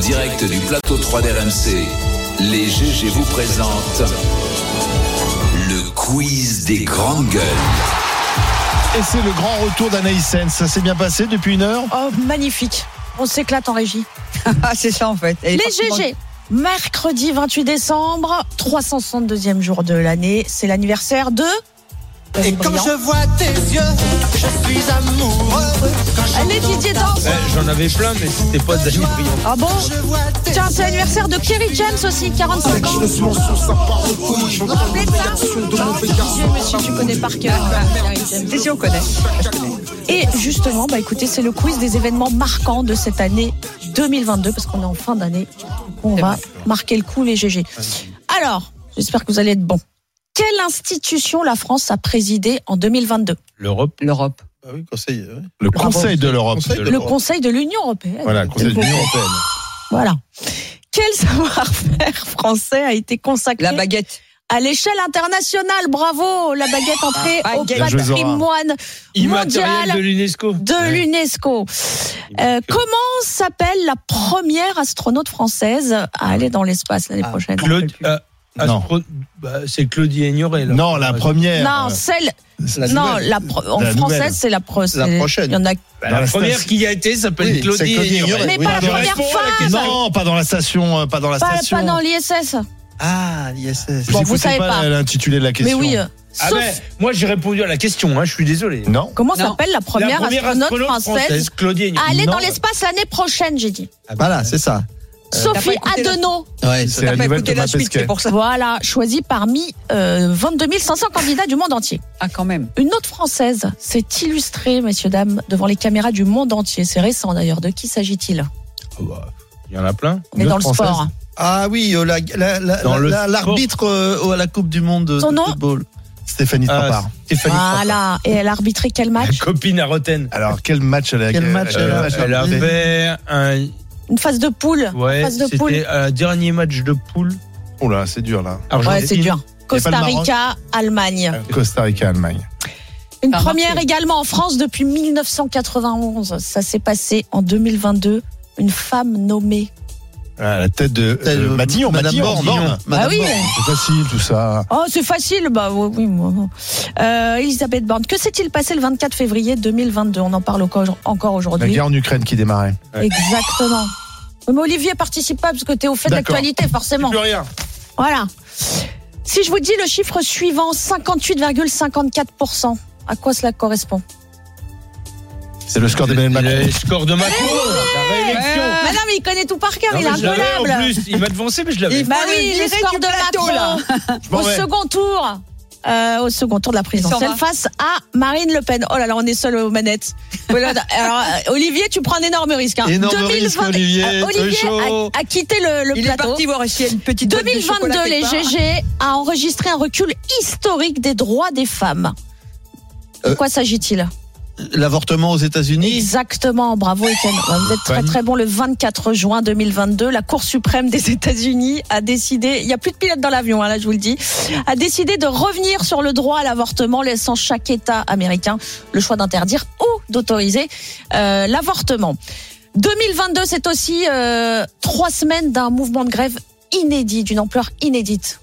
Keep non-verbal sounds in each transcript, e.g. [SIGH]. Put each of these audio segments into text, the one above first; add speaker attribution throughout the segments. Speaker 1: direct du plateau 3 d'RMC, les GG vous présentent le quiz des grandes gueules.
Speaker 2: Et c'est le grand retour d'Anaïs Sens. Ça s'est bien passé depuis une heure
Speaker 3: Oh, magnifique. On s'éclate en régie.
Speaker 4: Ah, c'est ça en fait. Elle est
Speaker 3: Les
Speaker 4: partie
Speaker 3: GG. Mercredi 28 décembre, 362e jour de l'année, c'est l'anniversaire de.
Speaker 5: Et
Speaker 3: Vas-y,
Speaker 5: quand
Speaker 3: brillant.
Speaker 5: je vois tes yeux, je suis amoureux. Quand
Speaker 3: Allez,
Speaker 5: j'entends
Speaker 3: Didier
Speaker 5: ta
Speaker 3: Danse.
Speaker 5: voix,
Speaker 6: J'en avais plein, mais c'était pas Dany Briand.
Speaker 3: Ah bon
Speaker 5: Je vois tes
Speaker 3: Tiens, c'est l'anniversaire de Kerry James aussi, 45 ans. Vous vous rappelez de ça Non, tu dis, monsieur, tu connais par cœur. Kerry James.
Speaker 4: dans- hein. Si, si, on connaît.
Speaker 3: Et justement, bah écoutez, c'est le quiz des événements marquants de cette année 2022 parce qu'on est en fin d'année. On va marquer le coup les GG. Alors, j'espère que vous allez être bons. Quelle institution la France a présidée en 2022
Speaker 6: L'Europe.
Speaker 4: L'Europe.
Speaker 7: Ah oui, conseil. ouais.
Speaker 2: Le Conseil de l'Europe.
Speaker 7: Conseil de
Speaker 3: Le Conseil de l'Union européenne.
Speaker 2: Voilà, le Conseil de l'Union européenne.
Speaker 3: Voilà. Quel savoir-faire français a été consacré
Speaker 4: La baguette.
Speaker 3: à l'échelle internationale Bravo, la baguette entrée
Speaker 4: Ah,
Speaker 3: au
Speaker 4: baguette.
Speaker 2: Bien joué, Zora.
Speaker 3: patrimoine
Speaker 6: Immatériel
Speaker 3: mondial
Speaker 6: de l'UNESCO.
Speaker 3: de l'UNESCO. Euh, comment s'appelle la première astronaute française à aller dans l'espace l'année prochaine
Speaker 6: Claude. euh,
Speaker 2: Non.
Speaker 6: Astro- bah, c'est Claudie Ignoré. là.
Speaker 2: Non, la
Speaker 6: Ouais.
Speaker 2: première. Euh,
Speaker 3: Non, celle,
Speaker 2: La
Speaker 3: non,
Speaker 2: nouvelle.
Speaker 3: la pro- en
Speaker 2: La
Speaker 3: française,
Speaker 2: nouvelle.
Speaker 3: c'est la, pro-
Speaker 7: La
Speaker 3: c'est-
Speaker 7: prochaine.
Speaker 3: Il y en a.
Speaker 6: Bah, la
Speaker 2: Dans la
Speaker 6: première
Speaker 2: station.
Speaker 6: qui y a été s'appelle
Speaker 7: Oui,
Speaker 6: Claudie
Speaker 7: c'est Claudie
Speaker 6: Ignoré.
Speaker 7: Ignoré.
Speaker 3: Mais
Speaker 7: oui,
Speaker 3: pas la
Speaker 2: dans le
Speaker 3: première
Speaker 6: restaurant, la
Speaker 3: femme.
Speaker 6: question.
Speaker 2: Non, pas dans la station. euh, Pas dans la
Speaker 3: Pas,
Speaker 2: station.
Speaker 3: pas dans l'ISS.
Speaker 7: Ah, l'ISS.
Speaker 3: Bon,
Speaker 2: J'écoutais
Speaker 3: vous savez pas.
Speaker 2: l'intitulé de la
Speaker 3: Mais
Speaker 2: question.
Speaker 3: oui. euh,
Speaker 6: Ah
Speaker 3: sauf-
Speaker 6: ben, moi j'ai répondu à la question, hein, je suis désolé.
Speaker 2: Non.
Speaker 3: comment
Speaker 4: Non.
Speaker 3: s'appelle la première, astronaute, française,
Speaker 6: Claudie Ignoré.
Speaker 3: à aller
Speaker 6: Non.
Speaker 3: dans l'espace l'année prochaine, j'ai dit.
Speaker 7: Ah, Voilà, c'est ça.
Speaker 3: Sophie
Speaker 4: pas écouté la-
Speaker 3: Adenau.
Speaker 7: Ouais,
Speaker 2: C'est
Speaker 4: T'as
Speaker 2: la
Speaker 4: pas
Speaker 2: nouvelle
Speaker 4: écouté
Speaker 2: Thomas
Speaker 4: la suite,
Speaker 2: Pesquet.
Speaker 4: c'est pour ça.
Speaker 3: Voilà, choisie parmi euh, 22 500 candidats du monde entier.
Speaker 4: Ah, quand même.
Speaker 3: Une autre française s'est illustrée, messieurs, dames, devant les caméras du monde entier. C'est récent d'ailleurs. De qui s'agit-il
Speaker 6: Ah bah, Il y en a plein.
Speaker 3: On est
Speaker 2: Une
Speaker 3: dans le
Speaker 2: autre Française
Speaker 3: sport.
Speaker 7: Ah oui, euh, la- la- la-
Speaker 6: Dans le
Speaker 7: la- l'arbitre euh, à la Coupe du Monde de
Speaker 3: Son
Speaker 7: de
Speaker 3: nom
Speaker 7: football.
Speaker 2: Stéphanie
Speaker 6: Ah,
Speaker 2: Frappard.
Speaker 6: Stéphanie Frappard.
Speaker 3: Voilà. Et elle a arbitré quel
Speaker 6: La
Speaker 3: match
Speaker 6: copine à Roten.
Speaker 2: Alors, quel match elle a
Speaker 7: Quel match
Speaker 2: quel
Speaker 7: elle a-
Speaker 2: match
Speaker 6: Elle
Speaker 7: a-
Speaker 6: avait un.
Speaker 3: Une phase de poule.
Speaker 6: Ouais,
Speaker 3: Phase de poule.
Speaker 6: c'était un dernier match de poule.
Speaker 2: Oh là, c'est dur là.
Speaker 6: Argentine.
Speaker 3: Ouais, c'est dur.
Speaker 2: pas le
Speaker 3: Costa
Speaker 2: Maroc Euh,
Speaker 3: Rica, Allemagne.
Speaker 2: Costa Rica, Allemagne.
Speaker 3: Une
Speaker 4: Pas
Speaker 3: première
Speaker 4: marqué.
Speaker 3: également en France depuis 1991. Ça s'est passé en 2022. Une femme nommée.
Speaker 2: Ah, la tête de
Speaker 7: Telle-
Speaker 2: euh, Matillon.
Speaker 7: Madame
Speaker 2: Matillon,
Speaker 7: Borne.
Speaker 2: Borne.
Speaker 7: Madame
Speaker 3: ah oui.
Speaker 7: Borne.
Speaker 2: C'est facile tout ça.
Speaker 3: Oh, c'est facile. Bah oui, oui, moi, non. Euh, Elisabeth Borne. Que s'est-il passé le 24 février 2022 On en parle encore encore
Speaker 2: La
Speaker 3: aujourd'hui.
Speaker 2: guerre en Ukraine qui démarrait.
Speaker 3: Exactement. Mais Olivier participe pas parce que t'es au fait de
Speaker 2: D'accord.
Speaker 3: l'actualité, forcément.
Speaker 6: Plus rien.
Speaker 3: Voilà. Si je vous dis le chiffre suivant, 58,54%, à quoi cela correspond
Speaker 2: C'est le score d'Emmanuel Macron.
Speaker 6: Le score de Macron.
Speaker 3: Eh
Speaker 6: La réélection.
Speaker 4: Ah.
Speaker 3: Mais non, mais il connaît tout par cœur,
Speaker 6: Non,
Speaker 3: il
Speaker 6: mais
Speaker 3: est
Speaker 6: je l'avais, En
Speaker 3: incollable.
Speaker 6: plus, il m'a devancé, mais je l'avais.
Speaker 4: Il-
Speaker 3: Bah
Speaker 4: Faut le
Speaker 3: oui, le
Speaker 4: virer
Speaker 3: score
Speaker 4: du
Speaker 3: de
Speaker 4: plateau, là.
Speaker 3: Macron au second tour. euh, au second tour de la présidentielle
Speaker 4: va.
Speaker 3: face à Marine Le Pen. Oh là là, on est seul aux
Speaker 4: [LAUGHS]
Speaker 3: manettes. Voilà, Alors, euh, Olivier, tu prends un énorme risque. hein.
Speaker 7: Énorme risque, Olivier,
Speaker 3: euh,
Speaker 7: très
Speaker 3: Olivier
Speaker 7: chaud.
Speaker 3: a, a quitté le, le
Speaker 4: Il est
Speaker 3: plateau.
Speaker 4: parti voir s'il y a une petite. boîte de
Speaker 3: 2022,
Speaker 4: chocolat
Speaker 3: les
Speaker 4: quelque part.
Speaker 3: GG a enregistré un recul historique des droits des femmes. De
Speaker 7: Euh,
Speaker 3: quoi s'agit-il
Speaker 7: L'avortement aux États-Unis.
Speaker 3: Exactement, bravo Étienne. Ouais, Vous êtes très très bon. Le 24 juin 2022, la Cour suprême des États-Unis a décidé, il n'y a plus de pilote dans l'avion, hein, là je vous le dis, a décidé de revenir sur le droit à l'avortement, laissant chaque État américain le choix d'interdire ou d'autoriser euh, l'avortement. 2022, c'est aussi euh, trois semaines d'un mouvement de grève inédit, d'une ampleur inédite.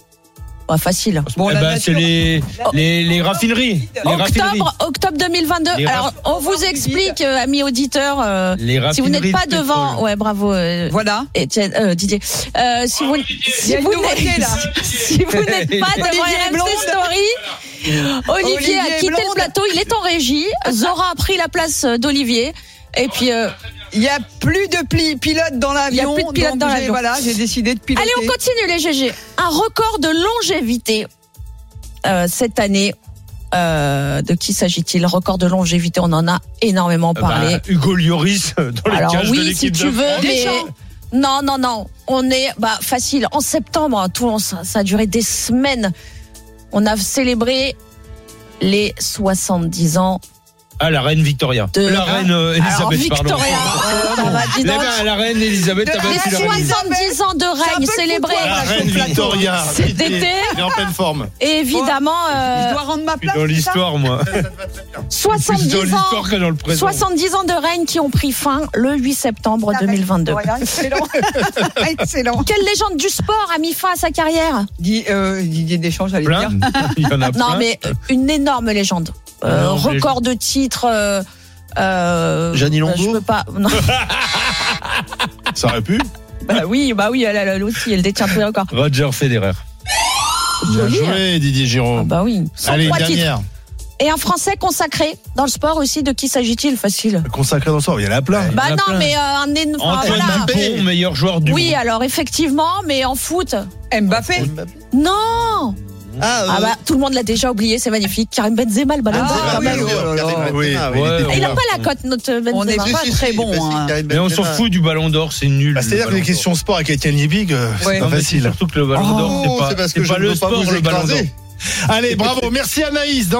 Speaker 3: Bah, facile.
Speaker 4: Bon,
Speaker 6: Eh
Speaker 4: la
Speaker 6: ben,
Speaker 4: nature-
Speaker 6: c'est les, les, les raffineries. Les raffineries.
Speaker 3: Octobre, octobre 2022.
Speaker 6: Les
Speaker 3: Alors, on vous explique, euh, amis auditeurs, euh,
Speaker 6: Les
Speaker 4: Ah,
Speaker 3: si vous n'êtes pas
Speaker 6: raffineries de
Speaker 3: devant,
Speaker 6: pétrole.
Speaker 3: ouais, bravo, euh,
Speaker 4: Voilà.
Speaker 3: Étienne, euh, Didier. Euh, si vous, si
Speaker 4: Oh, y a une
Speaker 3: vous
Speaker 4: nouveauté,
Speaker 3: n'êtes,
Speaker 4: là.
Speaker 3: [LAUGHS] si vous n'êtes
Speaker 4: [LAUGHS]
Speaker 3: pas devant
Speaker 4: Olivier
Speaker 3: RMC
Speaker 4: Blonde. [LAUGHS]
Speaker 3: Story, Olivier,
Speaker 4: Olivier
Speaker 3: a quitté
Speaker 4: Blonde.
Speaker 3: le plateau, il est en régie. Zora a pris la place euh, d'Olivier. Et puis, euh,
Speaker 4: Il y a plus de pli- pilotes dans l'avion.
Speaker 3: Il y a plus de pilotes
Speaker 4: donc
Speaker 3: dans
Speaker 4: j'ai-
Speaker 3: l'avion.
Speaker 4: Voilà, j'ai décidé de piloter.
Speaker 3: allez, on continue les GG. Un record de longévité euh, cette année. Euh, de qui s'agit-il Record de longévité, on en a énormément
Speaker 6: Euh, bah,
Speaker 3: parlé.
Speaker 6: Hugo Lloris euh, dans les
Speaker 3: Alors
Speaker 6: cages de
Speaker 3: oui, si
Speaker 6: l'équipe
Speaker 3: tu
Speaker 6: de
Speaker 3: veux,
Speaker 6: France.
Speaker 3: mais non, non, non. On est bah facile. En septembre, à Toulon, ça, ça a duré des semaines. On a célébré les 70 ans
Speaker 6: Ah, la reine Victoria.
Speaker 3: De-
Speaker 6: La reine euh,
Speaker 3: Alors,
Speaker 6: Elisabeth, pardon.
Speaker 3: Victoria,
Speaker 6: [LAUGHS]
Speaker 3: euh, ça va, dis
Speaker 6: La,
Speaker 3: donc.
Speaker 6: reine- la reine Elisabeth,
Speaker 4: De-
Speaker 6: t'as battu
Speaker 3: les
Speaker 6: la
Speaker 4: Elisabeth.
Speaker 6: reine.
Speaker 3: 70 ans de règne
Speaker 4: peu le hein.
Speaker 3: célébrés
Speaker 4: foutoir,
Speaker 2: La
Speaker 4: là.
Speaker 2: reine Victoria.
Speaker 3: Cet
Speaker 2: Elle est-
Speaker 3: été.
Speaker 2: Elle est en pleine forme.
Speaker 3: et évidemment
Speaker 4: Je
Speaker 3: euh,
Speaker 4: dois rendre ma
Speaker 6: Je
Speaker 4: place.
Speaker 6: suis dans
Speaker 4: c'est ça Ah,
Speaker 6: l'histoire, moi. Plus dans
Speaker 3: 70 ans.
Speaker 6: l'histoire que dans le présent.
Speaker 3: 70 ans de règne qui ont pris fin le 8 septembre
Speaker 4: Arrête,
Speaker 3: 2022.
Speaker 4: regarde, bah, Excellent. Excellent.
Speaker 3: Quelle légende du sport a mis fin à sa carrière
Speaker 4: Dis, euh, Didier Deschamps, j'allais
Speaker 6: Plein.
Speaker 4: dire.
Speaker 6: Il y en a plein.
Speaker 3: Non, mais euh, une énorme légende. Euh,
Speaker 6: Hein Énorme
Speaker 3: record de titres. Euh, euh,
Speaker 7: Jeannie
Speaker 3: bah,
Speaker 7: Longo
Speaker 3: Je peux pas. non,
Speaker 2: Ça aurait pu.
Speaker 3: bah oui, bah oui, elle, elle, elle aussi, elle détient tous les records.
Speaker 6: Roger Federer.
Speaker 2: Bien
Speaker 3: Joli, hein.
Speaker 2: joué, Didier
Speaker 3: Ah
Speaker 2: Giraud.
Speaker 3: bah oui.
Speaker 2: Allez,
Speaker 3: 103 titres.
Speaker 2: dernière.
Speaker 3: Et un Français consacré dans le sport aussi. De qui s'agit-il Facile.
Speaker 2: Consacré dans le sport. Il y en a plein.
Speaker 3: Bah
Speaker 6: en a
Speaker 3: non,
Speaker 6: plein.
Speaker 3: mais euh, un éno- enfin,
Speaker 6: Antoine
Speaker 3: voilà. Ah,
Speaker 6: Dupont, meilleur joueur du
Speaker 3: Oui,
Speaker 6: monde.
Speaker 3: alors effectivement, mais en foot,
Speaker 4: Mbappé.
Speaker 3: non.
Speaker 7: Ah, euh,
Speaker 3: Ah bah tout le monde l'a déjà oublié, c'est magnifique. Karim Benzema, le ballon
Speaker 4: Ah,
Speaker 3: d'or.
Speaker 4: oui, oui,
Speaker 7: oh là là.
Speaker 2: Oui,
Speaker 7: il
Speaker 6: ouais,
Speaker 7: était
Speaker 6: on
Speaker 7: bon.
Speaker 3: ah, Il n'a
Speaker 6: l'a-
Speaker 3: pas la cote, notre Benzema.
Speaker 4: On est pas très bon. hein.
Speaker 6: Mais on s'en fout du ballon d'or, c'est nul.
Speaker 2: Bah,
Speaker 6: le
Speaker 2: C'est-à-dire que
Speaker 6: Ballon
Speaker 2: les
Speaker 6: d'Or.
Speaker 2: questions sport avec Étienne Liebig, euh, c'est
Speaker 4: Ouais.
Speaker 2: pas
Speaker 6: Non, mais c'est
Speaker 2: facile. Oh,
Speaker 6: Surtout que le ballon d'or, c'est pas, c'est pas le sport, le ballon d'or.
Speaker 2: Allez, bravo. Merci Anaïs. Dans-